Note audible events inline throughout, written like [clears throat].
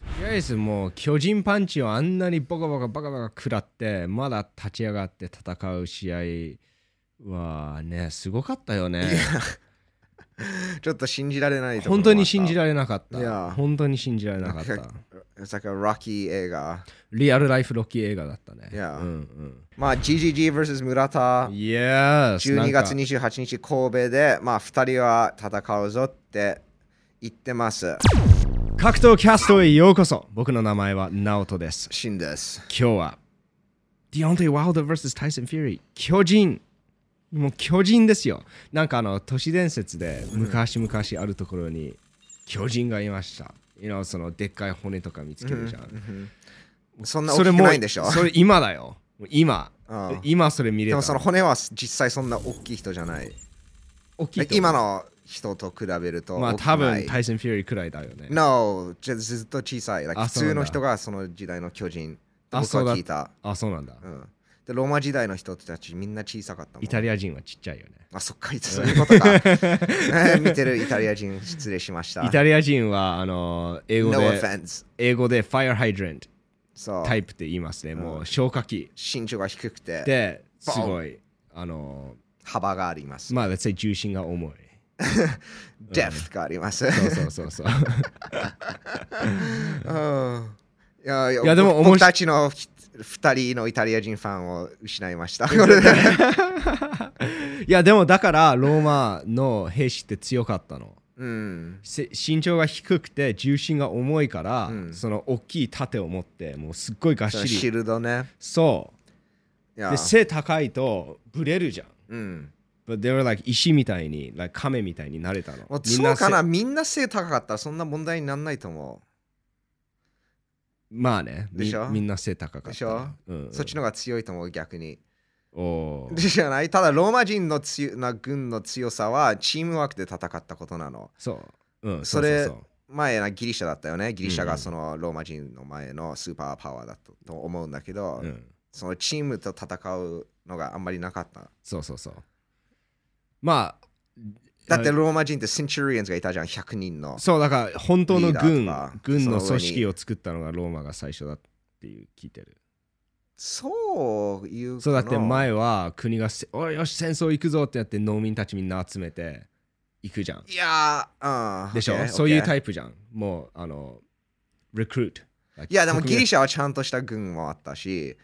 いですもう巨人パンチをあんなにボカボカバカバカ食らってまだ立ち上がって戦う試合はねすごかったよねちょっと信じられないところ本当に信じられなかっいやた本当に信じられなかったれなんか、ロッキー映画。リアルライフロッキー映画だったねいやうんまあ、GGG vs 村う田ん、イエース12月28日神戸で、まあ、2人は戦うぞって言ってます。格闘キャストへようこそ僕の名前はナオトですシンです。今日はディオンテイ・ワールド vs タイソン・フューリー巨人もう巨人ですよなんかあの都市伝説で昔々あるところに巨人がいました、You know そのでっかい骨とか見つけるじゃん、そんなそ大れきくもないんでしょそれ今だよもう今うん今それ見れでたもその骨は実際そんな大きい人じゃない。大きいと思う今の人と比べるとまあ大きく多な分い。タイソン・フューリーくらいだよね No、じゃずっと小さい。Like あそ普うな通んだの人がその時代の巨人。あ僕そうだは聞いた。あそうなんだ、うん、でローマ時代の人たちみんな小さかったもん。イタリア人はちっちゃいよねあ、そっか、そういうこ [laughs] とか。えー見てるイタリア人、失礼しました。イタリア人はあの英語 no で offense。英語で Fire Hydrant そう。タイプって言いますねもう消火器身長が低くて、ですごいあの幅があります。まあ let's say 重心が重い depth があります。そうそうそうそう [laughs] うんいやいやいやでも僕面白い僕たちのひ二人のイタリア人ファンを失い [laughs] ました。これでいやでもだからローマの兵士って強かったのうん。せ身長が低くて重心が重いから、うんその大きい盾を持ってもうすっごいがっそのしシりルドね。そいうやで背高いとブレるじゃんうん。 But they were like 石みたいに、like、亀みたいになれたのもうそうかな背みんな背高かったらそんな問題にならないと思まあねみでしょみんな背高かったでしょ、うんうう。んそっちの方が強いと思う、逆に。おーじゃないただローマ人の強な軍の強さはチームワークで戦ったことなの。そう、うん、それううう前なギリシャだったよね。ギリシャうんうがんそのローマ人の前のスーパーパワーだとと思うんだけど、うん、そのチームと戦うのがあんまりなかった。そうそうそうまあだってあローマ人ってセンチュリアンズがいたじゃん、100人の。そうだから本当のリーダー軍とか軍のそ組の上に織を作ったのがローマが最初だっていう聞いてるそういうそうだって前は。は国がせ「おいよし戦争行くぞ」ってやって農民たちみんな集めて行くじゃんいやー、うん。でしょ、そういうタイイプじゃんもうあのリクルートいや、でもギリシシャはちゃんとした軍もあったし、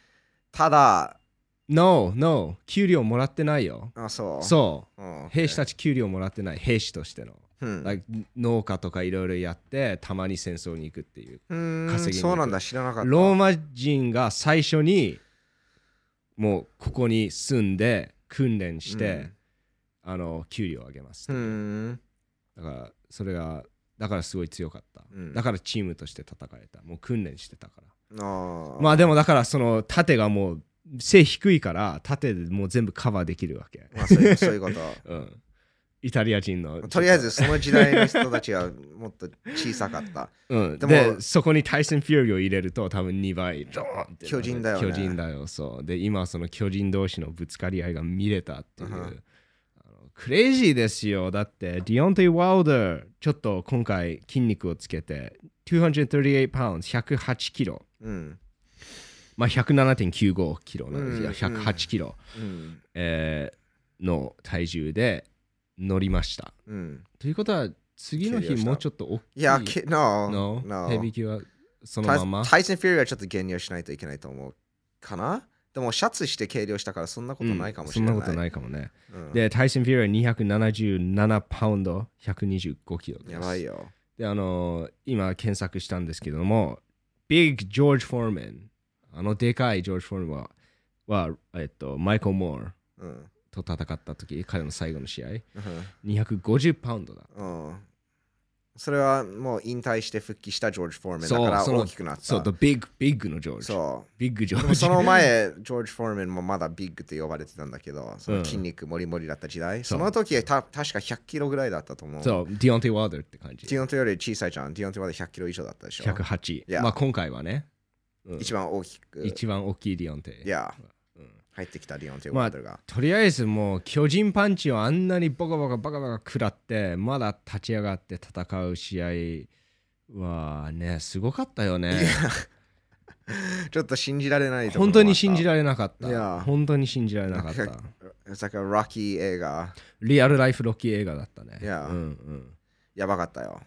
ただ、ャ No no 給料もらってないよあそう。そううん兵士たち給料もらってない兵士としての、うん。 like 農家とかいろいろやってたまに戦争に行くっていううーん稼ぎに行くそうなんだ、知らなかった。ローマ人が最初にもうここに住んで訓練して、あの給料を上げます、うーん。だからそれがだからすごい強かった、うんだからチームとして戦えたもう訓練してたからああ。まあでもだからその盾がもう背低いから盾でもう全部カバーできるわけ、まあ、そういうそういう [laughs] こうん、イタリア人のと。とりあえず、その時代の人たちはもっと小さかった。うん、ででもそこにタイソン・フューリーを入れると多分2倍ドーンって巨人だよね巨人だよそうで今その巨人同士のぶつかり合いが見れたっていう、うんあのクレイジーですよだってディオンテイ・ワウダーちょっと今回筋肉をつけて238パウンド108キロうん。まあ107.95キロなんですよ、うんうん108キロ、うん。えーの体重で乗りましたうん。ということは次の日減量したもうちょっと大きいいや、け、no。の no 手引きはそのタままタイソン・フューリーはちょっと減量しないといけないと思うかなでもシャツして計量したからそんなことないかもしれない。。うんそんなことないいかもね。うん、で、タイソン・フィーラー277パウンド、125キロです。やばいよ。で、あのー今検索したんですけども、Big George Foreman、あのでかいジョージ・フォーマンは、はえっと、マイコ・モーうん。と戦った時、彼の最後の試合、うん250パウンドだ。うん。それはもう引退して復帰したジョージ・フォーメンだそうからその大きくなった。そう、The Big、Big のジョージ。そビッグジョうでーもジ。その前、ジョージ・フォーメンもまだビッグって呼ばれてたんだけど、その筋肉もりもりだった時代、そうその時はた確か100キロぐらいだったと思う。そう、ディオンティ・ワーダーって感じデ。ィオントより小さいじゃん。ディオントまで100キロ以上だったでしょ。 108。 Yeah まあ今回はね、うん一番大きく。一番大きいディオンティ。いや、うん入ってきたディオントまあワールが。とりあえずもう巨人パンチをあんなにボカボカバカバカ食らってまだ立ち上がって戦う試合うわあね、すごかったよね。ちょっと信じられないところ本当に信じられなかっいやた。本当に信じられなかった。れさっきのラッキー映画リアルライフロッキー映画だったね。いやうんうん。やばかったよ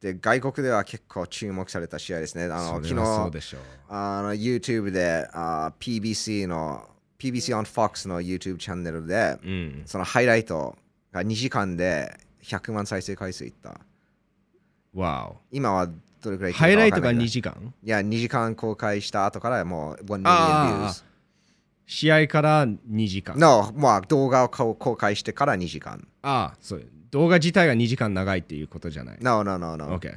で外国では結構注目された試合ですねあの昨それはそう日でしょう。あの YouTube であー PBC の PBC on Fox の YouTube チャンネルでうん。そのハイライトが2時間で100万再生回数いったわ今はどれくらお。いハイライトが2 2い時間や2時間公開した後からもう1 million あ views 試合から2時間。の、まあ、動画を公公開してから2時間ああ、そう。動画自体が2時間長いっていうことじゃない。 No no no no、 OK。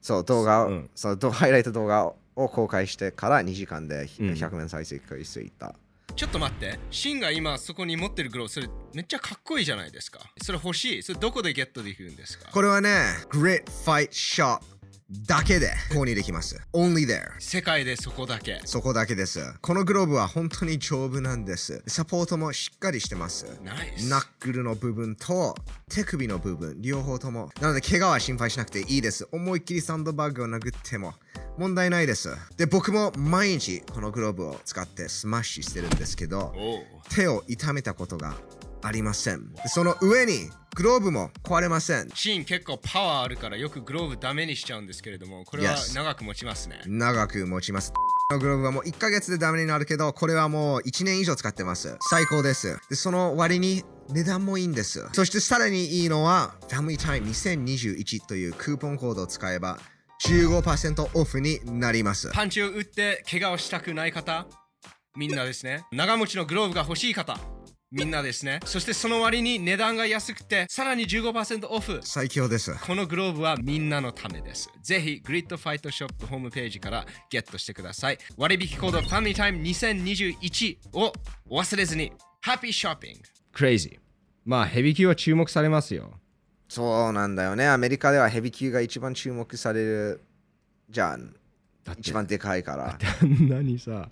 そう動画を、うんそのどハイライト動画を公開してから2時間うでん100万再生回数いった、ちょっと待って。シンが今そこに持ってるグローブ、それめっちゃかっこいいじゃないですか。それ欲しい。それどこでゲットできるんですかこれはね Grit Fight Shop だけで購入できます Only there 世界でそこだけ。そこだけですこのグローブは本当に丈夫なんですサポートもしっかりしてますナイナックルの部分と手首の部分両方ともなので怪我は心配しなくていいです思いっきりサンドバッグを殴っても問題ないですで僕も毎日このグローブを使ってスマッシュしてるんですけどおう手を痛めたことがありませんその上にグローブも壊れませんシーン結構パワーあるからよくグローブダメにしちゃうんですけれどもこれは Yes 長く持ちますね、長く持ちますのグローブはもう1ヶ月でダメになるけどこれはもう1年以上使ってます最高ですでその割に値段もいいんですそしてさらにいいのはファミリータイム2021というクーポンコードを使えば15%オフになりますパンチを打って怪我をしたくない方みんなですね長持ちのグローブが欲しい方みんなですねそしてその割に値段が安くてさらに15%オフ最強ですこのグローブはみんなのためですぜひグリッドファイトショップホームページからゲットしてください割引コードファミリータイム2021をお忘れずにハッピーショッピングクレイジーまあヘビ級は注目されますよ [laughs] そうなんだよねアメリカではヘビー級が一番注目されるじゃんだって一番でかいからあんなにさ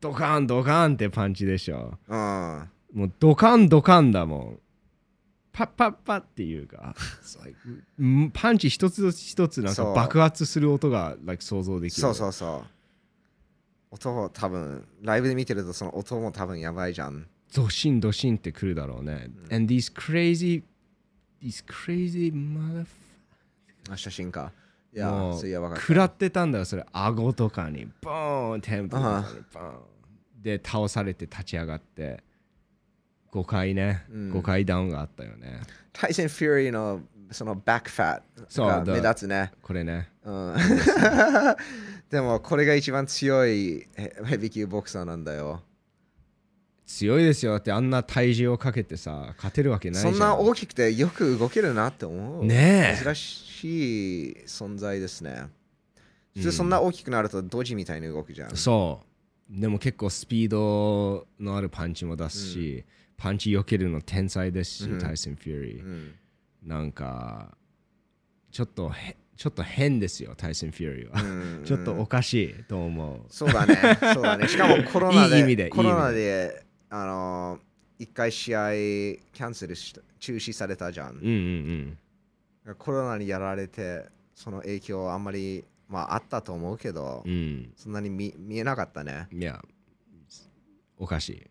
ドカンドカンってパンチでしょうんもうドカンドカンだもんパッパッパッっていう [laughs] か It's like- うんパンチ一つ一つなんかそう爆発する音が like 想像できるそうそうそう。音を多分、ライブで見てるとその音も多分やばいじゃん。ドシンドシンってくるだろうね、and these crazy these crazy motherfucker あ、写真か。いやも、それやばかうった。食らってたんだよそれ顎とかにボーンテンプとかにボーンで倒されて立ち上がって5回ね、うん5回ダウンがあったよねタイセン・フューリーのそのバックファッそうがだ目立つね。これねうん、 [laughs] でもこれが一番強いヘヘビー級ボクサーなんだよ。強いですよだってあんな体重をかけてさ勝てるわけないじそゃんんな大きくてよく動けるなって思う。ねえ珍しい存在ですね。普通そんな大きくなるとドジみたいに動くじゃん。そうでも結構スピードのあるパンチも出すし、パンチ避けるの天才ですし、うんタイソン・フューリー、うんなんかちょっとへちょっと変ですよタイソン・フューリーは、う [laughs] んちょっとおかしいと思うそう [laughs] だね、そうだね。しかもコロナで、いい意味でいい意味でコロナで、あのー、一回試合キャンセルした、中止されたじゃうんん。うんうんコロナにやられて、その影響はあんまり、まああったと思うけど、うんそんなに見見えなかったね。いやおかしい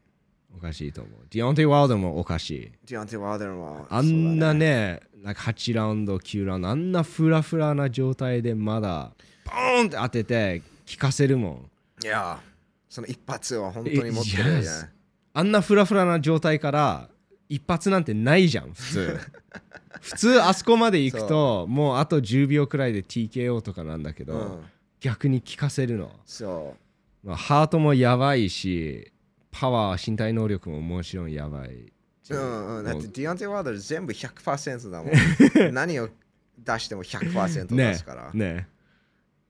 おかしいと思うディオンティ・ワールドもおかしいディアンティ・ワーデルも。あんそうなだねね、なんか8ラウンド、9ラウンド、あんなフラフラな状態でまだ、ボーンって当てて、効かせるもん。いや、その一発は本当に持ってるよね。 Yes あんなフラフラな状態から、一発なんてないじゃん、普 [laughs] 通。普通、あそこまで行くと、もうあと10秒くらいで TKO とかなんだけど、うん、逆に効かせるの。そまあ、ハートもやばいし、パワー、身体能力ももちろんやばい。う。うんうん、だっもてうディアンティ・ワーデル全部100%だも [laughs] ん。何を出しても100%ねですから。ね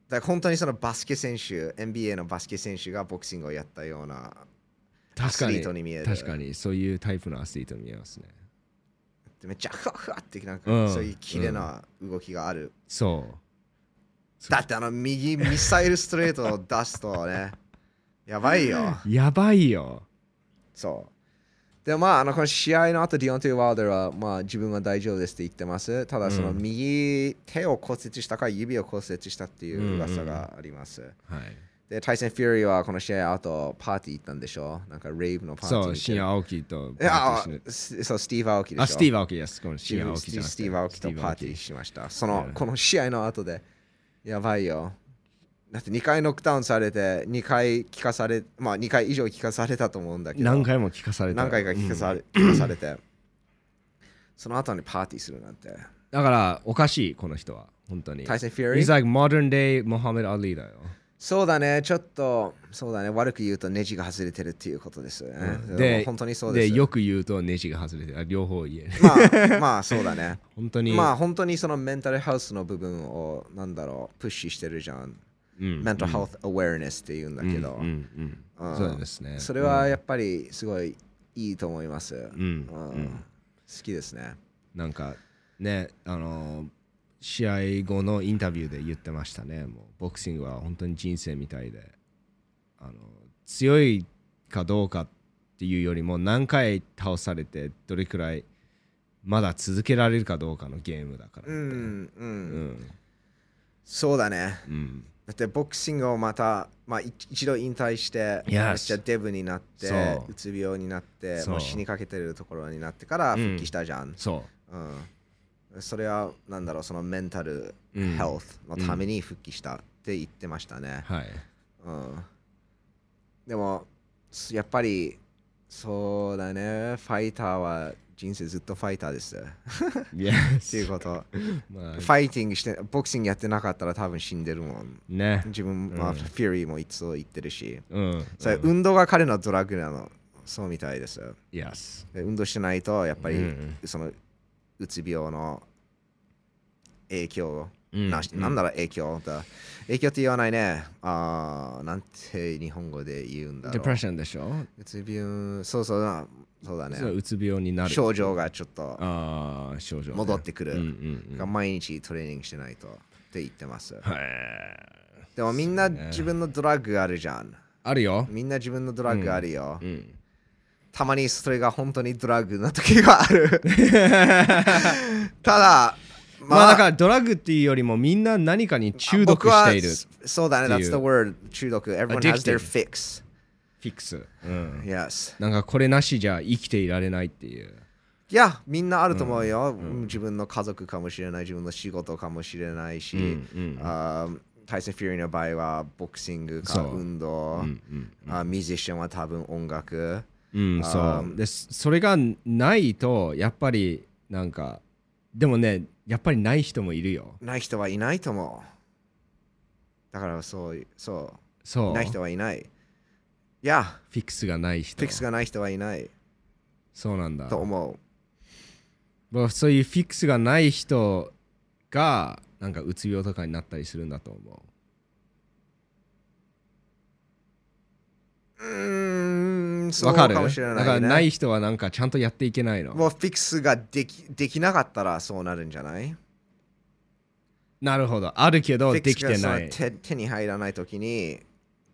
だから本当にそのバスケ選手、NBA のバスケ選手がボクシングをやったようなア確スかリーにトに見える。確かにそういうタイプのアスリートに見えますねめっちゃふわふわってなんうかんそういう綺麗な動きがある。そうそうだってあの右ミサイルストレートを [laughs] 出すとね、やばいよ。やばいよ。そう。でまあ、あのこの試合の後ディオンティ・ワールダーは、まあ、自分は大丈夫ですって言ってます。ただ、そのうん右手を骨折したか指を骨折したっていう噂があります。はい。で、タイソン・フューリーはこの試合後パーティー行ったんでしょなんかレイブのパーティーそう、に行って。シン・アオキといパやーティーしあすそう、スティーブ・アオキでしょあ、スティーブ・アオキです。このシン・アオキじゃなくてスティーブ・アオキとスティーブパアーオテキィーしました。そのう、んこの試合の後で、やばいよ。だって2回ノックダウンされて、2回聞かされ、まあ2回以上聞かされたと思うんだけど、何回も聞かされた。何回か聞かれされ,、聞かされて、その後にパーティーするなんて。だから、おかしい、この人は。本当に。タイソン・フューリ He's ー like modern day Muhammad Ali だよ。そうだね、ちょっと、そうだね、悪く言うとネジが外れてるっていうことですよね。うんでも本当にそうです。よく言うとネジが外れてる。あ両方言える。まあ、まあ、そうだね。本当に。まあ、本当にそのメンタルハウスの部分を、なんだろう、プッシュしてるじゃん。うん、メンタルヘルスアウェアネスっていうんだけど、うんうんうんうんそうですね。それはやっぱりすごいいいと思います。うん、ううんん好きですね。なんかね、あのー試合後のインタビューで言ってましたね。もうボクシングは本当に人生みたいで、あの強いかどうかっていうよりも何回倒されてどれくらいまだ続けられるかどうかのゲームだからって。うんう、うんんそうだね。うんだってボクシングをまた、まあ、い一度引退して、 Yes めっちゃデブになってそううつ病になってそうもう死にかけてるところになってからうん復帰したじゃん。そうんそれはなんだろうそのメンタルう。うんヘルスのために復帰したって言ってましたね。 [laughs] はい。うんでもすやっぱりそうだねファイターは人生ずっとファイタ [laughs] ーですっいや、ていうこと [laughs] まあフ、ァイティングしてボクシングやってなかったら多分死んでるもんね。自分、まあ、フューリーもいつも言ってるしうん。それ、運動が彼のドラッグなのそうみたいですイエス。で運動してないとやっぱり、うんそのうつ病の影響うんなしなんだろう影響だ影響って言わないねあーなんて日本語で言うんだろうデプレッションでしょうつ病そうそうだそうだねそううつ病になる。症状がちょっとああ、症状ね。戻ってくる、うんうんうん。毎日トレーニングしてないとって言ってますはいでもみんな自分のドラッグあるじゃんあるよ。みんな自分のドラッグあるよ、うん。たまにそれが本当にドラッグな時があ [laughs] るただまあだからドラッグっていうよりもみんな何かに中毒している。僕フはそうだねってい that's う the word 中毒 everyone has their fix ィックス。うん。 yes なんかこれなしじゃ生きていられないっていう。いや、みんなあると思うよ。自分の家族かもしれない、自分の仕事かもしれないし、あータイソン・フューリーの場合はボクシングかそう運動、あーミュージシャンは多分音楽。うん、そう。で、そそれがないと、やっぱりなんか、でもね、やっぱりない人もいるよ。ない人はいないと思う。だからそう、そ、そうう。ない人はいない。いや、フィックスがない人。フィックスがない人はいないそうなんだと。思う。まあそういうフィックスがない人が、なんかうつ病とかになったりするんだと思うーん、う。そうわかかるもしれない、ね。だからない人はなんかちゃんとやっていけないの。もうフィックスができできなかったらそうなるんじゃないなるほど。あるけど、フィックでスきてがそのない。手手に入らないときに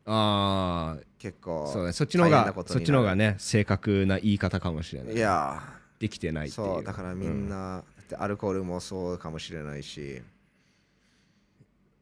あ結あ、構そうね。そっちの方大変ながこ、とそにっなるちの方がね、正確な言い方かもしれない。いやできてないっていう。そうだからみんな、だってアルコールもそうかもしれないし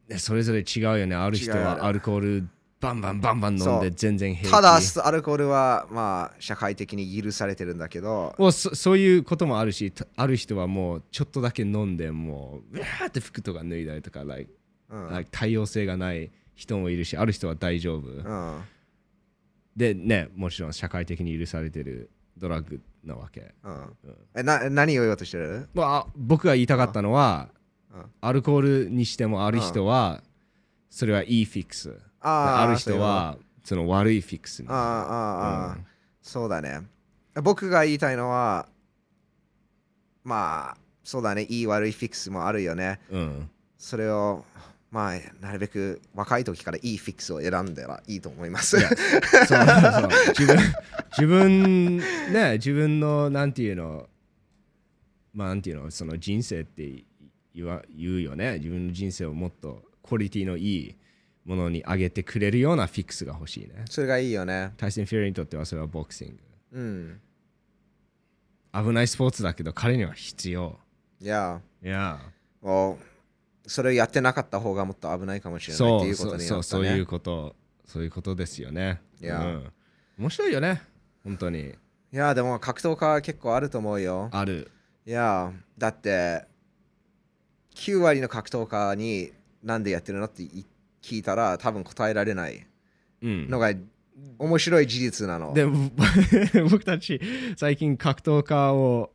ねそれぞれ違うよね。ある人違うはアルコールバンバンバンバン飲んそうで全然平気。ただアルコールはまあ社会的に許されてるんだけどもうそそういうこともあるしたある人はもうちょっとだけ飲んでもううわーって服とか脱いだりとか、like うん、 like 対応性がない人もいるしある人は大丈夫、うんでねもちろん社会的に許されてるドラッグなわけ、うんうんえな何を言おうとしてるまあ、あ僕が言いたかったのはうんアルコールにしてもある人はそれはいいフィックスでああーる人はその悪いフィックスにそういうことあーあーあー、うんそうだね僕が言いたいのはまあそうだねいい悪いフィックスもあるよねうんそれをまあなるべく若い時からいいフィックスを選んだらいいと思います。そうそう自分 [laughs] 自分ね自分のなんていうのまあなんていうのその人生って言わ言うよね自分の人生をもっとクオリティのいいものに上げてくれるようなフィックスが欲しいね [laughs] それがいいよね。タイソン・フューリーにとってはそれはボクシングうん。危ないスポーツだけど彼には必要。 Yeah. いや、 Well, それをやってなかった方がもっと危ないかもしれないっそていううこそうとになそうったそういうね。ことそういうことですよね。いやうん面白いよね本当にいや、でも格闘家は結構あると思うよ。ある。いや、だって、9割の格闘家になんでやってるのってい聞いたら多分答えられないうん、のが面白い事実なの。でぼ僕 [laughs] たち最近格闘家を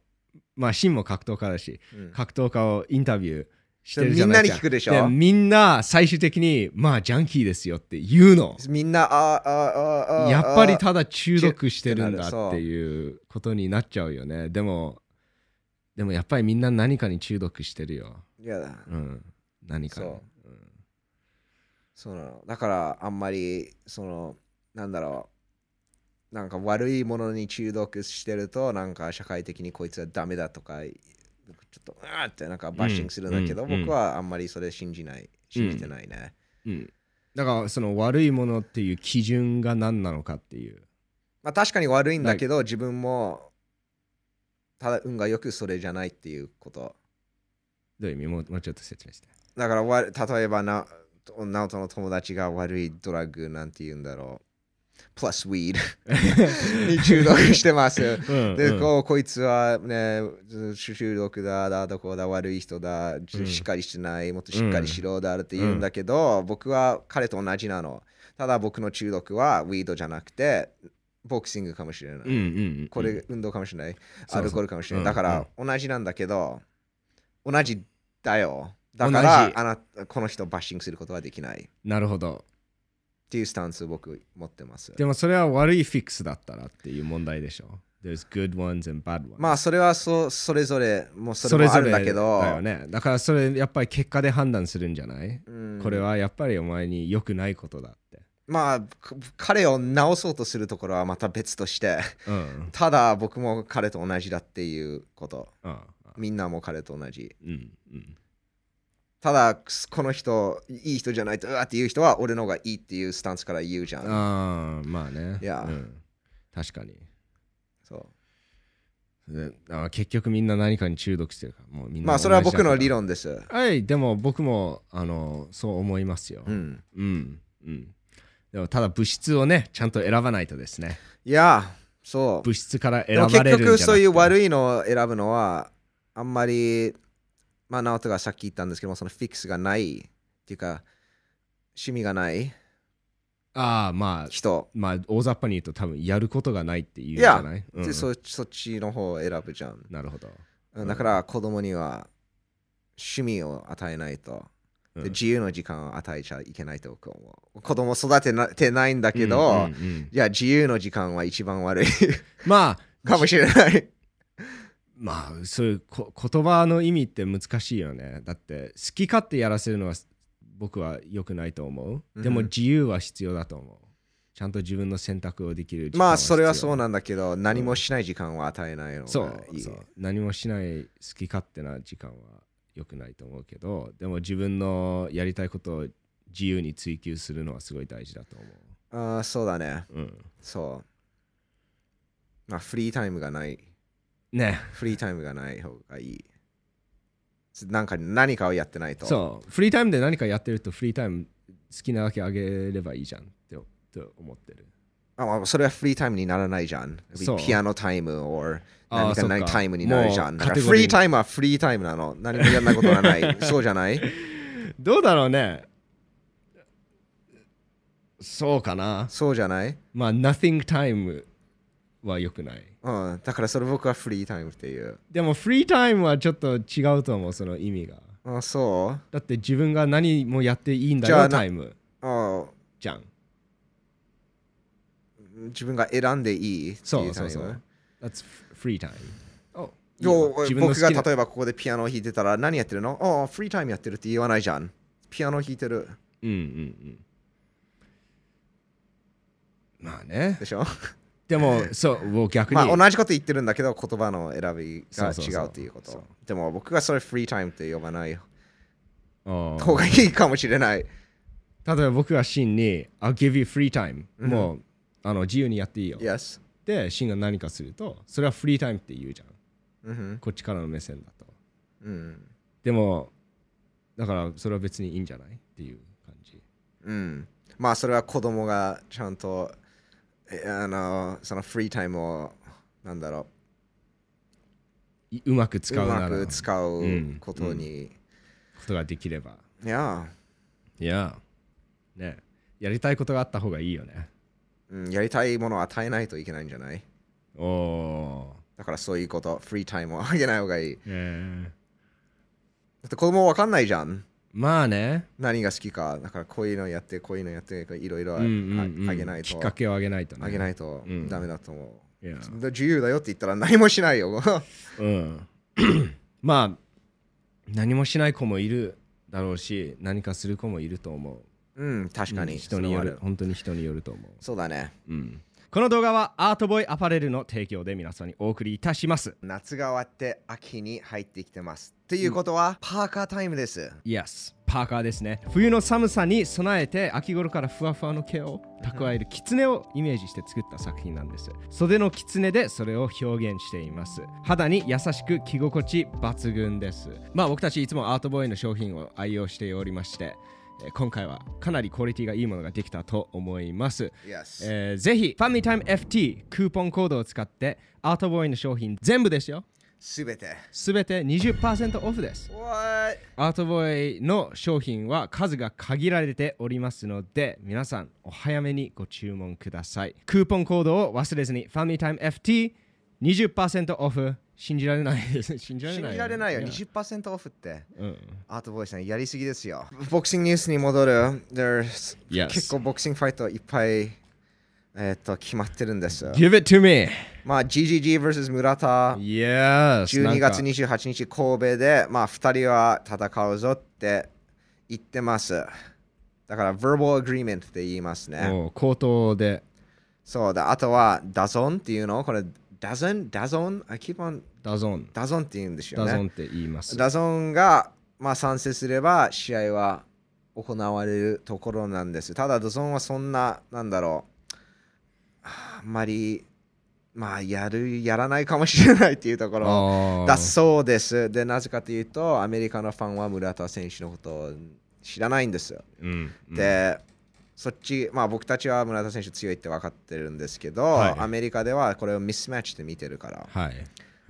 まあシンも格闘家だし、うん格闘家をインタビューしてるじゃみなんないにです聞かくでしょみんな最終的にまあジャンキーですよって言うのみんな、あーあー、あーあー、やっぱりあーただ中毒してるんだっていうことになっちゃうよねでもでもやっぱりみんな何かに中毒してるよ、いや、うん、何かにそうそうなの。だから、あんまり、その、なんだろう。なんか悪いものに中毒してると、なんか社会的にこいつはダメだとか、ちょっと、あーってなんかバッシングするんだけど、うんうん僕はあんまりそれ信じない、信じてないね。うんうんだからその悪いものっていう基準が何なのかっていうまあ確かに悪いんだけど、自分も、ただ運がよくそれじゃないっていうこと。どういう意味もうもうちょっと説明してだからわ、例えばな、ナオトの友達が悪いドラッグなんて言うんだろう。プラスウィー [laughs] ドに中毒してます。うんで、うんこうこいつはね、中毒だ、だ、どこだ、悪い人だ、うんしっかりしてない、もっとしっかりしろだって言うんだけど、僕は彼と同じなの。ただ僕の中毒はウィードじゃなくて、ボクシングかもしれない。うんうんうんこれ運動かもしれない。そうそうアルコールかもしれうない。んだから同じなんだけど、同じだよ。だか同らじあなたこの人をバッシングすることはできない。っなるほどていうスタンスを僕持ってます。でもそれは悪いフィックスだったらっていう問題でしょ There's good ones and bad ones まあそれはそそれぞれ、もうそそれれもあぞるれんだけど、よねだからそれやっぱり結果で判断するんじゃない、うんこれはやっぱりお前に良くないことだってまあか彼を直そうとするところはまた別として、 [laughs] うんただ僕も彼と同じだっていうこと。うんみんなも彼と同じ。うんうんただこの人いい人じゃないとうわっていう人は俺の方がいいっていうスタンスから言うじゃん。ああまあねいやうん確かにそうであ結局みんな何かに中毒してるからもうみんなまあそれは同じ僕だからの理論です。はいでも僕もあのそう思いますようん、うんうんでもただ物質をねちゃんと選ばないとですねいや、そう。物質から選でもば結れるんじゃな局そういうい悪いのを選ぶのは、あんまり、まあ、ナオトがさっき言ったんですけども、そのフィックスがないっていうか、趣味がないああまあ人、まあ大雑把に言うと多分やることがないっていうんじゃないうんでそそっちの方を選ぶじゃん。なるほどだから子供には趣味を与えないと、うんで自由の時間を与えちゃいけないと僕は思う。子供育てなてないんだけど、うんうんうんいや、自由の時間は一番悪い [laughs] まあかもしれない。まあそういうこ言葉の意味って難しいよねだって好き勝手やらせるのは僕は良くないと思ううんでも自由は必要だと思うちゃんと自分の選択をできる時間まあそれはそう必なんだけど何もしない時間を与えない要のがそいういそう何もしない好き勝手な時間は良くないと思うけどでも自分のやりたいことを自由に追求するのはすごい大事だと思あーそうだねう、うん、そうまあフリータイムがないねフリータイムがない方がいいなんか何かをやってないとそうフリータイムで何かやってるとフリータイム好きなだけあげればいいじゃんってって思ってるあまあそれはフリータイムにならないじゃんそうピアノタイム or あー何かないそっかタイムになるじゃんもだうかカらテフゴリーリータイムはフリータイムなの何もやんないことはない [laughs] そうじゃないどうだろうねそうかなそうじゃない、まあ Nothing Time は良くないうん、だからそれ僕はフリータイムっていうでもフリータイムはちょっと違うと思うその意味があそだって自分が何もやっていいんだじゃあよなタイムうあーじゃん自分が選んでいいってそいううタイそうムそう。That's free time. よ自分の好僕きがな例えばここでピアノを弾いてたら何やってるのああ、フリータイムやってるって言わないじゃん。ピアノ弾いてるうんうんうん。まあね [laughs] で。しょでも、そう、もう逆に。まあ同じこと言ってるんだけど言葉の選びがそうそう違そううっていうこそうと。でも僕がそれフリータイムって呼ばないあー方がいいかもしれない。例えば僕がシンに、I'll give you free time。もう、あの自由にやっていいよ。 Yes。で、シンが何かすると、それはフリータイムって言うじゃん。うんこっちからの目線だとうんでもだからそれは別にいいんじゃないっていう感じうんまあそれは子供がちゃんとえあのそのフリータイムをなんだろういうまく使うならうまくこ使ううんことに、とができればいや、いやねやりたいことがあった方がいいよねうん、やりたいものを与えないといけないんじゃないおおだからそういうことフリータイムを [laughs] あげない方がいいだーえーって子供わかんないじゃんまあね何が好きかだからこういうのやってこういうのやっていろいろあうんうんうんあげないきとっかけをあげないとねあげないとうんダメだと思う、いやで自由だよって言ったら何もしないよ [laughs] うん [coughs] まあ何もしない子もいるだろうし何かする子もいると思ううん確かうに、ん人によそれるはあ本当に人によると思うそうだねうん、この動画はアートボーイアパレルの提供で皆さんにお送りいたします。夏が終わって秋に入ってきてますっていうことは、パーカータイムです Yes パーカーですね冬の寒さに備えて秋頃からふわふわの毛を蓄える狐をイメージして作った作品なんです袖の狐でそれを表現しています肌に優しく着心地抜群ですまあ僕たちいつもアートボーイの商品を愛用しておりましてえー今回はかなりクオリティがいいものができたと思います Yes えーぜひファミリータイム FT クーポンコードを使ってアートボーイの商品全部ですよすべてすべて20%オフです What? アートボーイの商品は数が限られておりますので皆さんお早めにご注文くださいクーポンコードを忘れずにファミリータイム FT20% オフ信じられないです信じられない信じられないよや20%オフってうんアートボーイさんやりすぎですよボクシングニュースに戻る There's Yes 結構ボクシングファイトいっぱいえーっと決まってるんですよ Give it to me まあ GGG vs 村田 Yes 12月なんか28日神戸でまあ2人は戦うぞって言ってますだから verbal agreement って言いますねもう口頭でそうだあとはダゾンっていうのこれダゾンダゾン I keep on ダゾンダゾンって言うんですよダねゾンって言いますダゾンが、まあ、賛成すれば試合は行われるところなんです。ただ、ダゾンはそんな、なんだろう、あんまり、まあ、やる、やらないかもしれないっていうところあーだそうです。で、なぜかというと、アメリカのファンは村田選手のことを知らないんですよ。うんうんで、そっち、まあ、僕たちは村田選手強いって分かってるんですけど、はいアメリカではこれをミスマッチで見てるから。はい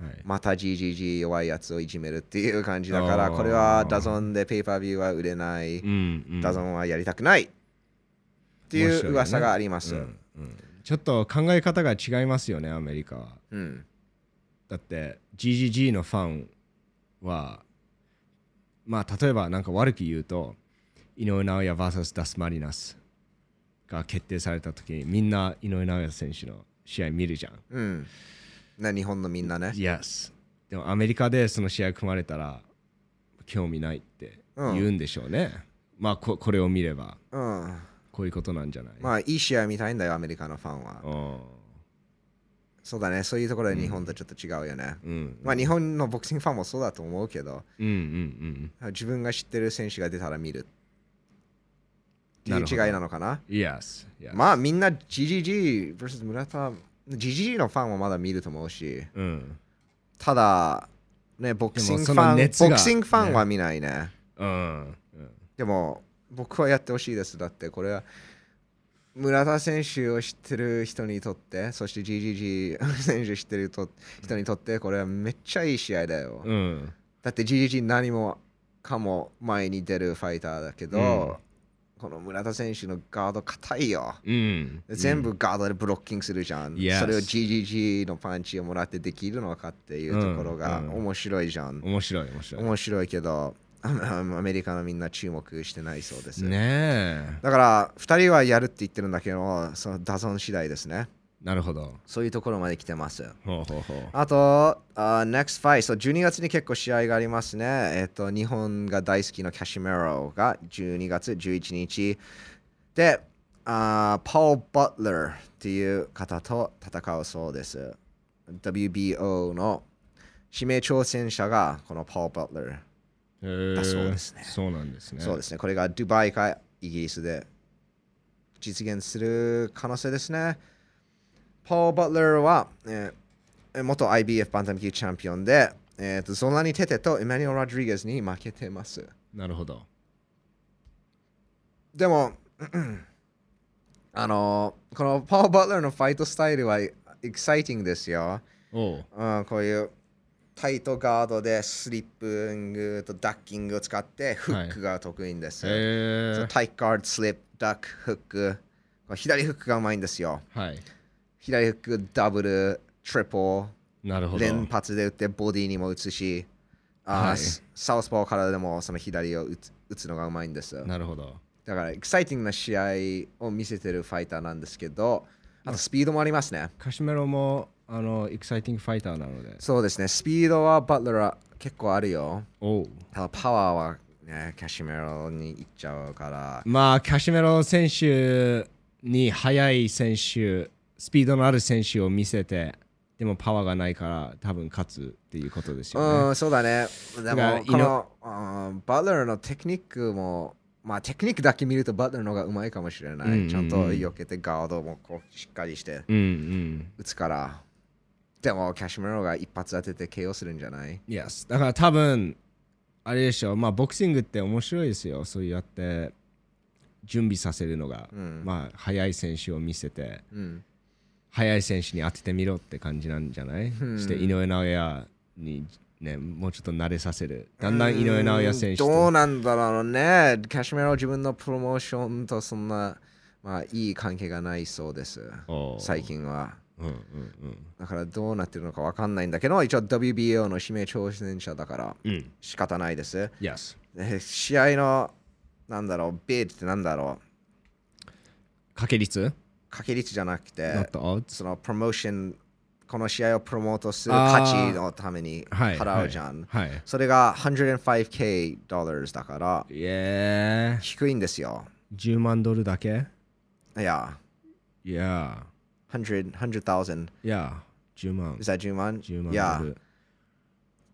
はいまた GGG 弱いやつをいじめるっていう感じだかあら、ーこれはダゾンでペーパービューは売れない、んうんダゾンはやりたくないっていう噂があります。面白いよねうんうんちょっと考え方が違いますよねアメリカはうんだって GGG のファンはまあ例えばなんか悪く言うと井上尚弥 VS ダスマリナスが決定された時にみんな井上尚弥選手の試合見るじゃんうん。な日本のみんなね。 Yes でもアメリカでその試合組まれたら興味ないって言うんでしょうね、まあここれを見ればうん。こういうことなんじゃない、まあいい試合見たいんだよ、アメリカのファンは。うんそうだね、そういうところで日本とちょっと違うよね。うんまあ日本のボクシングファンもそうだと思うけど、うんうんうん自分が知ってる選手が出たら見るっていなうるほ違いどなのかな。 Yes, yes. まあみんな GGG vs 村田 GGG のファンはまだ見ると思うしうんただねボクシングでフもそァのン、熱がボクシングファンは見ないねうんうんでも僕はやってほしいですだってこれは村田選手を知ってる人にとってそして GGG 選手知ってると人にとってこれはめっちゃいい試合だよ、うんだって GGG 何もかも前に出るファイターだけど、うんこの村田選手のガード硬いよ、うん全部ガードでブロッキングするじゃん。 Yes それを GGG のパンチをもらってできるのかっていうところがうんうん面白いじゃん。面白い面白い面白いけど、あのアメリカのみんな注目してないそうです。ねえだから、2人はやるって言ってるんだけど、そのダゾン次第ですね。なるほどそういうところまで来てます。ほうほうほうあと、あ NEXT FIGHT、そう12月に結構試合がありますね。えっと、日本が大好きのキャシメロが12月11日。で、あーパオ・バトラーっていう方と戦うそうです。WBO の指名挑戦者がこのパオ・バトラー。へえだそうですねそうなんですねそうですね。これがドバイかイギリスで実現する可能性ですね。パオ・バトラーは、えーえ元 IBF バンタム級チャンピオンで、えー、とゾラニ・テテとエマニュエル・ロドリゲスに負けてます。なるほど。でも、うんあのこのパワー・バトラーのファイトスタイルはエキサイティングですよ。おう。うん、こういうタイトガードでスリップングとダッキングを使ってフックが得意んですよ。へそうータイトガード、スリップ、ダック、フック。これ左フックがうまいんですよ。はい。左フック、ダブル、トリプなるほル、ど。連発で打ってボディにも打つし、あーはいササウスポーからでもその左を打つ打つのがうまいんですよ。なるほど。だからエキサイティングな試合を見せてるファイターなんですけど、あとスピードもありますね。カシメロも、あの、エキサイティングファイターなので。そうですね、スピードはバトラーは結構あるよ。おう。ただパワーはね、キャシメロに行っちゃうから、まあ、カシメロ選手に速い選手、スピードのある選手を見せて、でもパワーがないから多分勝つっていうことですようね。ん、そうだね。でだからも、このうんバトラーのテクニックも、まあテクニックだけ見るとバトラーの方がうまいかもしれない。うんうんうんちゃんと避けてガードもこうしっかりしてうんうん。打つから。でも、キャシメロが一発当てて KO するんじゃない Yes だから多分、あれでしょう、まあ、ボクシングって面白いですよ。そうやって準備させるのが、うんまあ、速い選手を見せて、うん。速い選手に当ててみろって感じなんじゃない、んして、井上尚弥に、ね、もうちょっと慣れさせる。だんだん井上尚弥選手と。どうなんだろうね。キャシメロ自分のプロモーションとそんな、まあいい関係がないそうです。おう最近は。うんうんうん。だからどうなってるのかわかんないんだけど、一応 WBO の指名挑戦者だからうん。仕方ないです。 Yes。え試合の、なんだろう、ビールってなんだろう、掛け率掛け率じゃなくて、 ?Not the odds? そのプロモーション、この試合をプロモートするあ価ー値のためにはい。払うじゃん。はい。はいそれが 105k ドルだから、いや低いんですよ。 10万ドルだけいや、いや100 100,000。いや10万 Is。that 10万10 y 万 e ドル。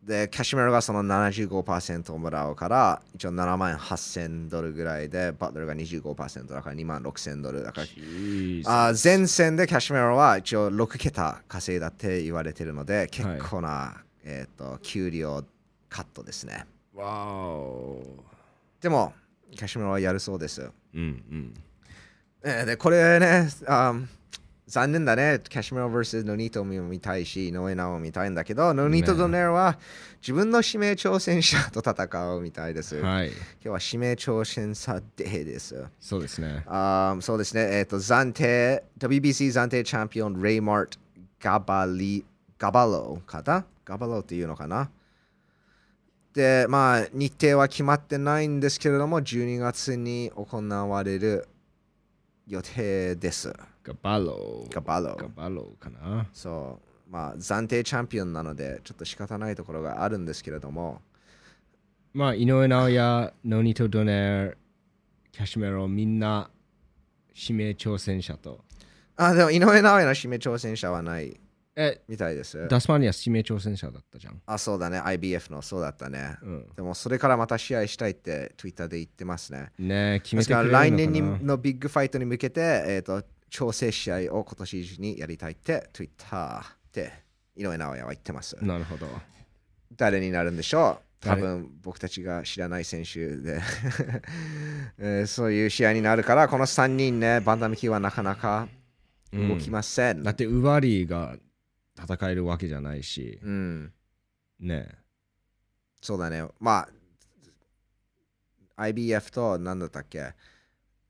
で、キャシメロがその75%をもらうから、一応7万8000ドルぐらいで、バトルが25%だから2万6000ドルだから。 Jesus あー前線でキャシメロは一応6桁稼いだって言われてるので、結構な、えー、と給料カットですね。 Wow でも、キャシメロはやるそうです。うんうん。えーで、これね、あー残念だね。キャシメロ vs ノニートも見たいし、ノエナも見たいんだけど、ノニート・ドネルは自分の指名挑戦者と戦うみたいです。今はい。日は指名挑戦者デーです。そうですね。あーそうですね、えっ、と、暫定、WBC 暫定チャンピオン、レイマート・ガバリ、ガバローかなガバローっていうのかなで、まあ、日程は決まってないんですけれども、12月に行われる予定です。ガバロー。ガバロガー。バローかなそう、まあ、暫定チャンピオンなので、ちょっと仕方ないところがあるんですけれども、まあ、井上尚弥、ノニト・ドネル、キャシメロ、みんな指名挑戦者と。あ、でも、井上尚弥の指名挑戦者はないえ、みたいです。ダスマニア指名挑戦者だったじゃん。あ、そうだね、IBF の、そうだったね。うん。でもそれからまた試合したいって Twitter で言ってますね。ねえ、決めですてくかれらるのかな来年にのビッグファイトに向けて、えー、と調整試合を今年中にやりたいって Twitter で井上尚弥は言ってます。なるほど。誰になるんでしょう多誰分僕たちが知らない選手で、 [laughs] えーそういう試合になるからこの3人ねバンダム級はなかなか動きません。だって、ウバリーが戦えるわけじゃないし、うんねそうだねまあ IBF と何だったっけえ、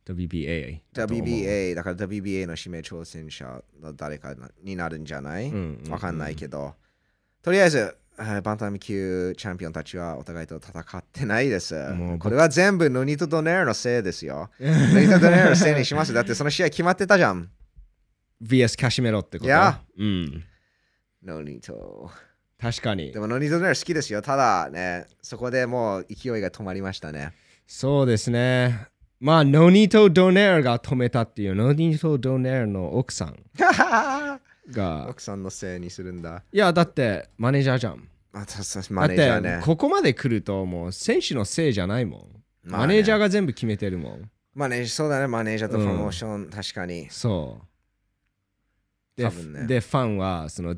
WBA。 WBA だから WBA の指名挑戦者の誰かなになるんじゃないわ、うんうんかんないけどとりあえずえーバンタム級チャンピオンたちはお互いと戦ってないですもうこれは全部ノニト・ドネルのせいで [laughs] すよノニト・ドネルのせいにしますだってその試合決まってたじゃん VS カシメロってこといやうん。ノニト確かにで。もノニト・ドネル好きですよただねそこでもう勢いが止まりまし [laughs] たねそうですね。まあ、ノニト・ドネルが止めたっていう、ノニト・ドネルの奥さんが。奥さんのせいにするんだいや、だって、マネージャーじゃん。またさマネージャーだっねて、ここまで来ると、もう選手のせいじゃないもん。まあマねネージャーが全部決めてるもん。マネージャーそうだねマネージャーとプロモーション、確かにそう。で、多分ねでファンは、その、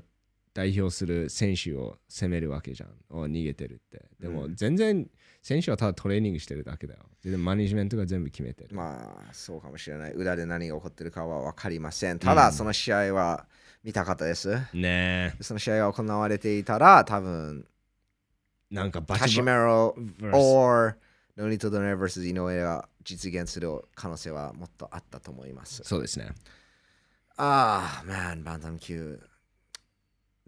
代表する選手を攻めるわけじゃん。お逃げてるって。でも全然選手はただトレーニングしてるだけだよ。全然マネジメントが全部決めてる。まあそうかもしれない裏で何が起こってるかは分かりませんただその試合は見たかったです、ねその試合が行われていたら多分え。なんかバカチシバメロ versus- or ノニトドネ vs 井上が実現する可能性はもっとあったと思いますそうですね。ああ、man, バンタム級。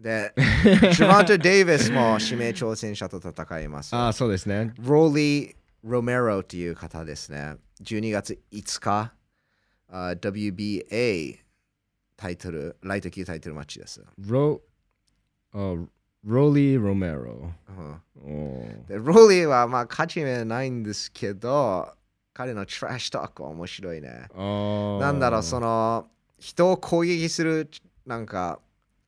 [laughs] で、シュバント・デイビスも指名挑戦者と戦いま [laughs] す。ああ、そうですね。ローリー・ロメロという方ですね。12月5日、あ WBA タイトル、ライト級タイトルマッチです。ロあロリー・ロメロ。うんおーでローリーはまあ勝ち目ないんですけど、彼のトラッシュトークは面白いね。あなんだろう、のその、人を攻撃する、なんか、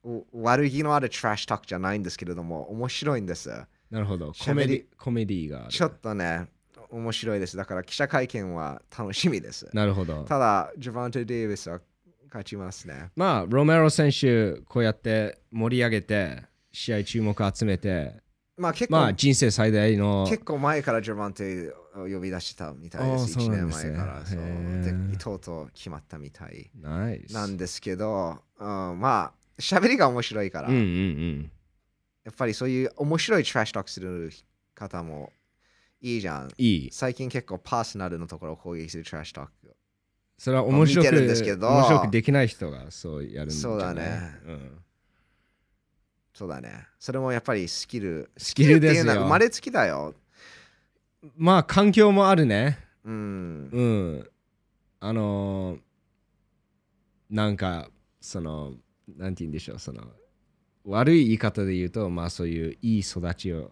お悪気のあるトラッシュタックじゃないんですけれども、面白いんです。なるほど。コ喋メりディコメディがある。ちょっとね、面白いです。だから記者会見は楽しみです。なるほど。ただ、ジャバンテ・デイビスは勝ちますね。まあ、ロメロ選手、こうやって盛り上げて、試合注目集めて、まあ結構、まあ、人生最大の。結構前からジャバンテを呼び出してたみたいでああす。そう1なん年です前ねから。そうへえで、とうとう決まったみたいナイス。なんですけど、うん、まあ、喋りが面白いから。うんうんうん。やっぱりそういう面白いトラッシュトークする方もいいじゃん。いい。最近結構パーソナルのところを攻撃するトラッシュトーク。それは面白く見てるんですけど面白くできない人がそうやるんじゃないそうだねんそうだね。それもやっぱりスキル。スキルですよスキルっていうのは生まれつきだよ。まあ、環境もあるね。うん。うん。あのーなんか、その、なんて言うんでしょう、その、悪い言い方で言うと、まあそういういい育ちを、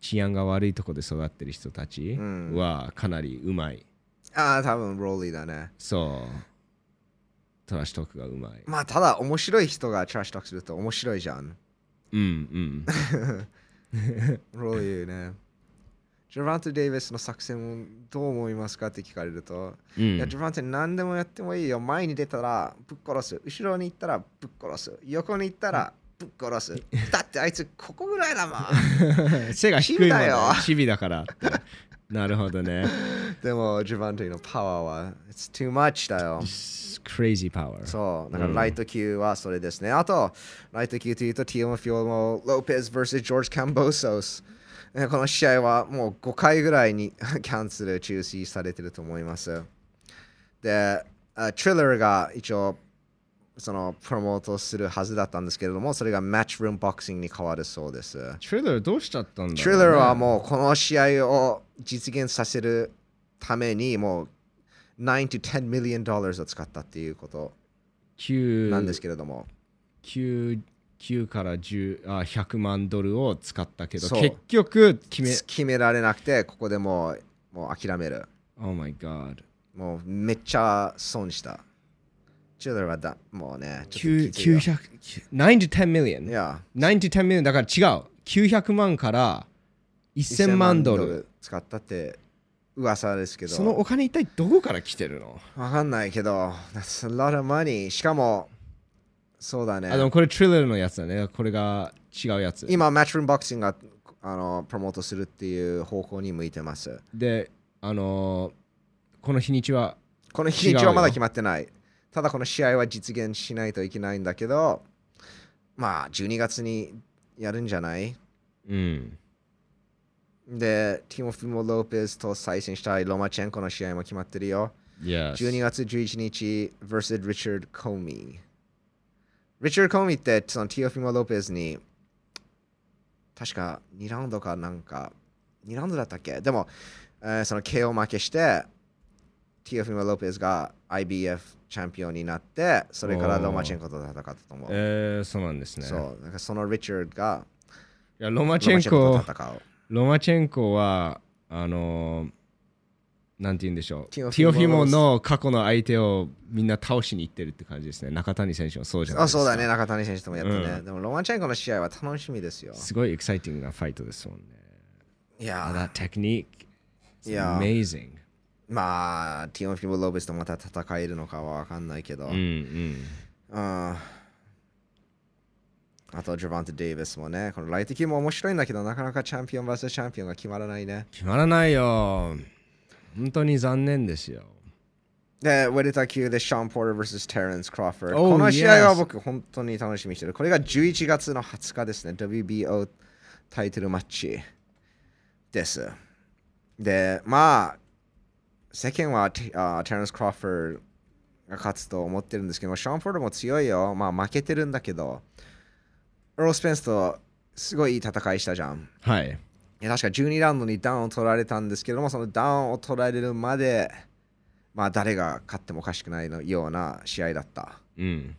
治安が悪いとこで育ってる人たちうんはかなりうまい。ああ、多分ローリーだね。そう。トラッシュトークがうまい。まあただ面白い人がトラッシュトークすると面白いじゃん。うんローリ [laughs] ーね。ジェラント・デイビスの作戦をどう思いますかって聞かれると、うん。う [laughs] いやんジェラント何でもやってもいいよ。前に出たらぶっ殺す。後ろに行ったらぶっ殺す。横に行ったらぶっ殺す。だってあいつここぐら [laughs] いだもん。背が低いもんチビだよねチビだからって。なるほどね。でも、ジュバンティのパワーは、it's too much だよ。 Crazy power。そう、だからライト級はそれですね。あと、ライト級というと、ティオモフィオもロペス vs ジョージ・カンボソス。えこの試合はもう5回ぐらいに [laughs] キャンセル、中止されてると思います。で、あトリラーが一応、そのプロモートするはずだったんですけれども、それがマッチルームボクシングに変わるそうです。トリラーどうしちゃったんだろう、ね、トリラーはもうこの試合を実現させるためにもう9 to 10 million dollars を使ったっていうこと9なんですけれども、 9, 9から10あ100万ドルを使ったけどそう結局決め決められなくてここでもうもう諦める Oh my god もうめっちゃ損したチューラーはだもうねちょっときついよ900 9 to 10い million や9 to 10 million だから違う900万から1000万ドル使ったって噂ですけどそのお金一体どこから来てるの、わかんないけど that's a lot of money しかもそうだねあでもこれトリラーのやつだねこれが違うやつ今、マッチルームボクシングがあのプロモートするっていう方向に向いてます。であのーこの日にちはこの日にちはまだ決まってない。ただこの試合は実現しないといけないんだけど、まあ、12月にやるんじゃないうんで、ティモフィモ・ロペスと再戦したいロマチェンコの試合も決まってるよ。 Yes 12月11日 vs. リチャード・コーミー。リチャード・コーミーってそのティオフィモ・ロペスに確か2ラウンドかなんか2ラウンドだったっけでも、えーその KO 負けしてティオフィモ・ロペスが IBF チャンピオンになってそれからロマチェンコと戦ったと思う。えー、そうなんですねそうなんかそのリチャードがいやロマロマチェンとコ戦う。ロマチェンコはあのーなんて言うんでしょうテティィオオフフィィモモの過去の相手をみんな倒しに行ってるって感じですね中谷選手もそうじゃないあですかそうだね、中谷選手ともやったね。うんでもロマチェンコの試合は楽しみですよ。すごいエキサイティングなファイトですもんねいやあーだテクニックいや amazing まあ、ティオフィム・ロベスとまた戦えるのかは分かんないけど、うんうんあーあと、ジョバンテ・デイビスもね、このライティキも面白いんだけど、なかなかチャンピオン VS チャンピオンが決まらないね。決まらないよ。本当に残念ですよ。で、ウェルター級でシャン・ポーター vs テレンス・クロフォード。 Oh, この試合 yes. は僕、本当に楽しみにしてる。これが11月の20日ですね。WBO タイトルマッチです。で、まあ、世間はテあテレンス・クロフォードが勝つと思ってるんですけど、シャン・ポーターも強いよ。まあ、負けてるんだけど、エロ・スペンスとすごいいい戦いしたじゃん。はい。いや確か12ラウンドにダウンを取られたんですけども、そのダウンを取られるまで、まあ誰が勝ってもおかしくないのような試合だった。うん。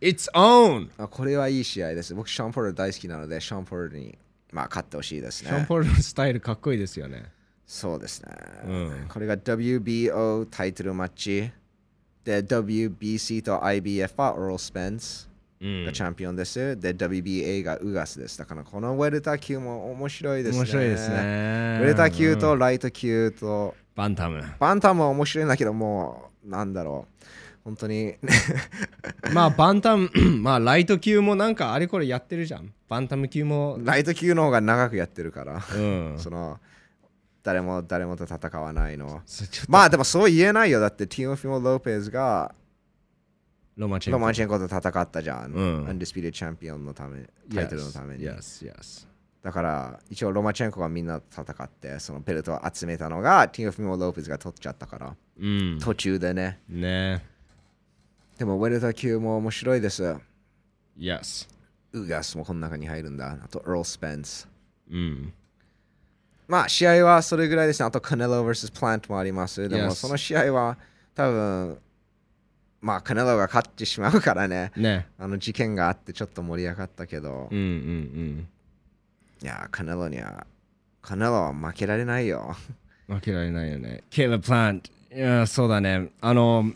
It's own! あこれはいい試合です。僕、シャンポール大好きなので、シャンポールに、まあ、勝ってほしいですシね。ャンポールのスタイルかっこいいですよね。そうですね、うんこれが WBO タイトルマッチ。で、WBC と IBF はオール・スペンスうんがチャンピオンです。で、WBA がウガスです。だからこのウェルター級も面白いですね。面白いですね。ウェルター級うとんライト級と、バンタム。バンタムは面白いんだけど、もう、なんだろう。本当に。 [laughs] まあバンタム、 [clears throat] まあライト級もなんかあれこれやってるじゃん。バンタム級も。ライト級の方が長くやってるから。うん。その、誰も、誰もと戦わないの。そちょっとまあでもそう言えないよ。だって、ティモフィモ・ロペスがロマチェンロコ。マンチェンコと戦ったじゃん。ううんん、アンディスピリチャンピオンのため、タイトルのために。 Yes, yes. だから、一応ロマチェンコがみんなと戦って、そのベルトを集めたのが、ティモフィモ・ロペスが取っちゃったから、うん。途中でね。ね。でも、ウェルター級も面白いです。 Yes. ウガスもこの中に入るんだ。あと、エール・スペンス。うん。まあ試合はそれぐらいですね。あとカネロ vs プラントもあります。で Yes. もその試合は多分、まあカネロが勝ってしまうからね。ね。あの事件があってちょっと盛り上がったけど、うんうんいやー、カネロには、カネロは負けられな [laughs] いよ。うん。負けられないよね。ケイラ・プラント。いや、そうだね。あの、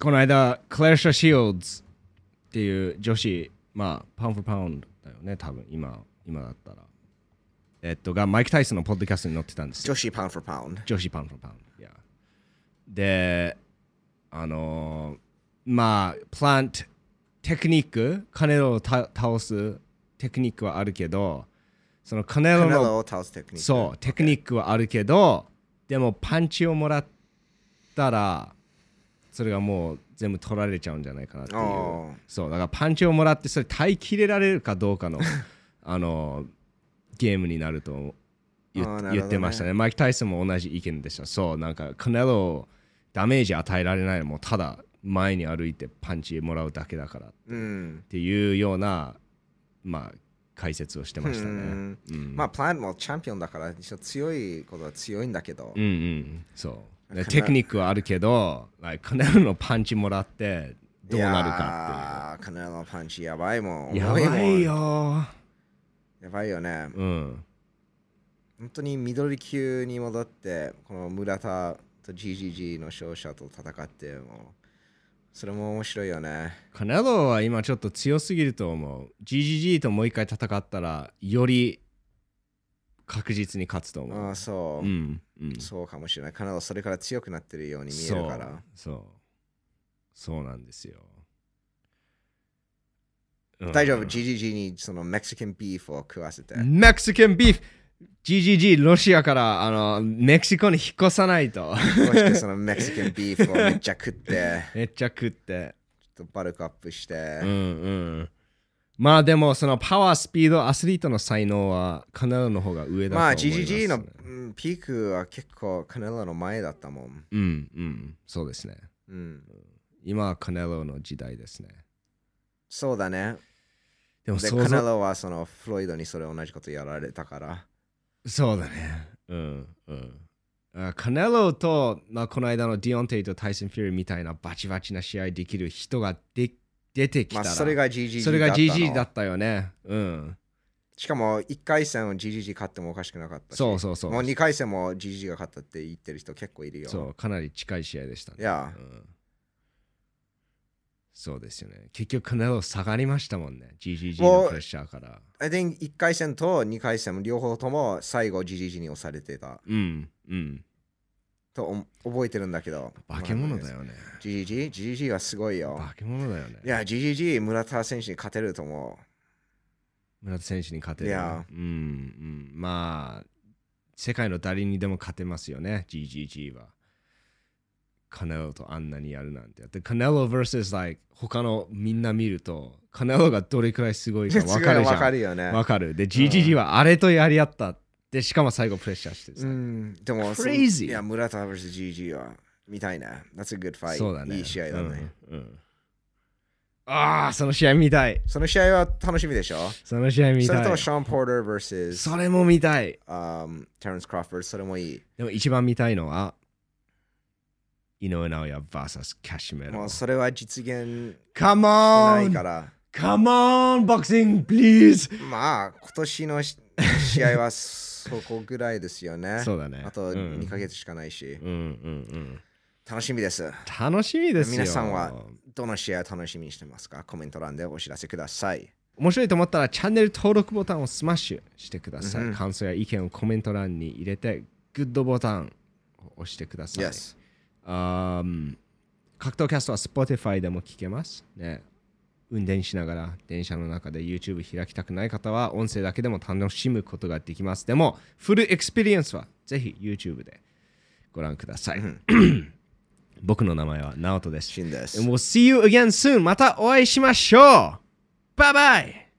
この間、クレーシャ・シールズっていう女子、まあ、パウンフォーパウンドだよね、多分今、今だったら。えっと、が、マイク・タイスのポッドキャストに載ってたんですよ女子パウンフォーパウンド。女子パウンドパウンド。いやで、あのーまあ、プラント、テクニック、カネロをた倒すテクニックはあるけど、そのカネロカネのロを倒すテクニック。そう、テクニックはあるけど、でもパンチをもらったら、それがもう全部取られちゃうんじゃないかなっていあーう。そう、だからパンチをもらって、それ耐えきれられるかどう [laughs] かの、あの、ゲームになると言っあーなるほどね言ってましたね。マイク・タイソンも同じ意見でした。そう、なんか、カネロをダメージ与えられないのも、ただ前に歩いてパンチもらうだけだからっうん。ていうような、まあ、解説をしてましたうね。んうんまあ、プラントもチャンピオンだから、一応強いことは強いんだけどうん、うん、そう。でかなテクニックはあるけど、like カネロのパンチもらってどうなるかっていう。カネロのパンチやばいっもん。ていう。や重もばんい。よ。やばいよね。うん。本当に緑級に戻ってこの村田と GGG の勝者と戦ってもそれも面白いよねカネロは今ちょっと強すぎると思う。GGG ともう一回戦ったら、より確実に勝つとあ思あう。そう、うん。うん。そうかもしれないカナダそれから強くなってるように見えそうるからそう。そうなんですよ。うん大丈夫 GGG にそのメキシカンビーフを食わせて、メキシカンビーフ GGG ロシアからあのメキシコに引っ越さないと [laughs] そしてそのメキシカンビーフをめっちゃ食ってめっちゃ食ってちょっとバルクアップして、うんうんまあでもそのパワースピードアスリートの才能はカナダの方が上だと思いまあます、ね、 GGG の、うんピークは結構カナダの前だったもん、うんうんそうですねうん、今はカネロの時代ですねそうだねでもで想カナ像ダはそのフロイドにそれ同じことやられたからそうだねうんうんあカネロと、まあ、この間のディオンテイとタイソン・フューリーみたいなバチバチな試合できる人がで出てきまたあ、ら、それが GG それが GG だだったのったよね。うん。しかも1回戦を GG 勝ってもおかしくなかったしそうそうそうもう2回戦も GG が勝ったって言ってる人結構いるよそう、かなり近い試合でしたね。いやうんそうですよね。結局、カネロ下がりましたもんね。GGG のプレッシャーから。 I think 1回戦と2回戦も両方とも最後 GG に押されてたうん、うん。と思覚えてるんだけど化け物だよね。 GGGGG はすごいよ化け物だよね。いや GGG 村田選手に勝てると思う村田選手に勝てる。いやうんうん、まあ、世界の誰にでも勝てますよね、GGG は。カネロとあんなにやるなんて。で、カネロ vs like 他のみんな見ると、カネロがどれくらいすごい [laughs] か分かるじわゃかん。るよね分。かる。で、GGG はあれとやり合った。で、しかも最後プレッシャーしてうさ。ん、でも、そ Crazy いや、村田 vs.GG は、みたいな。That's a good fight. そうだね。いい試合だね。うん。うんああ、その試合見たい。その試合は楽しみでしょその試合見それたとい。シャン・ポーター vs. それも見たい。 um, Terence Crawford それもいい。でも一番見たいのは、井上尚弥 VS キャシメもロう。それは実現し Come ないか on! ら。 Come on! ボクシング please! まあ、今年のし試合はそこぐらいですよね。そうだね。あとうん2ヶ月しかないし、うんうん楽しみです。うん。楽しみですよ。皆さんはどの試合を楽しみにしてますかコメント欄でお知らせください。面白いと思ったらチャンネル登録ボタンをスマッシュしてください。うん感想や意見をコメント欄に入れて、グッドボタンを押してください。 Yes。あー格闘キャストは Spotify でも聞けます。ね、運転しながら電車の中で YouTube 開きたくない方は音声だけでも楽しむことができます。でも、フルエクスペリエンスはぜひ YouTube でご覧ください。僕の名前はナオトです。シンです。 And we'll see you again soon. またお会いしましょうバイバイ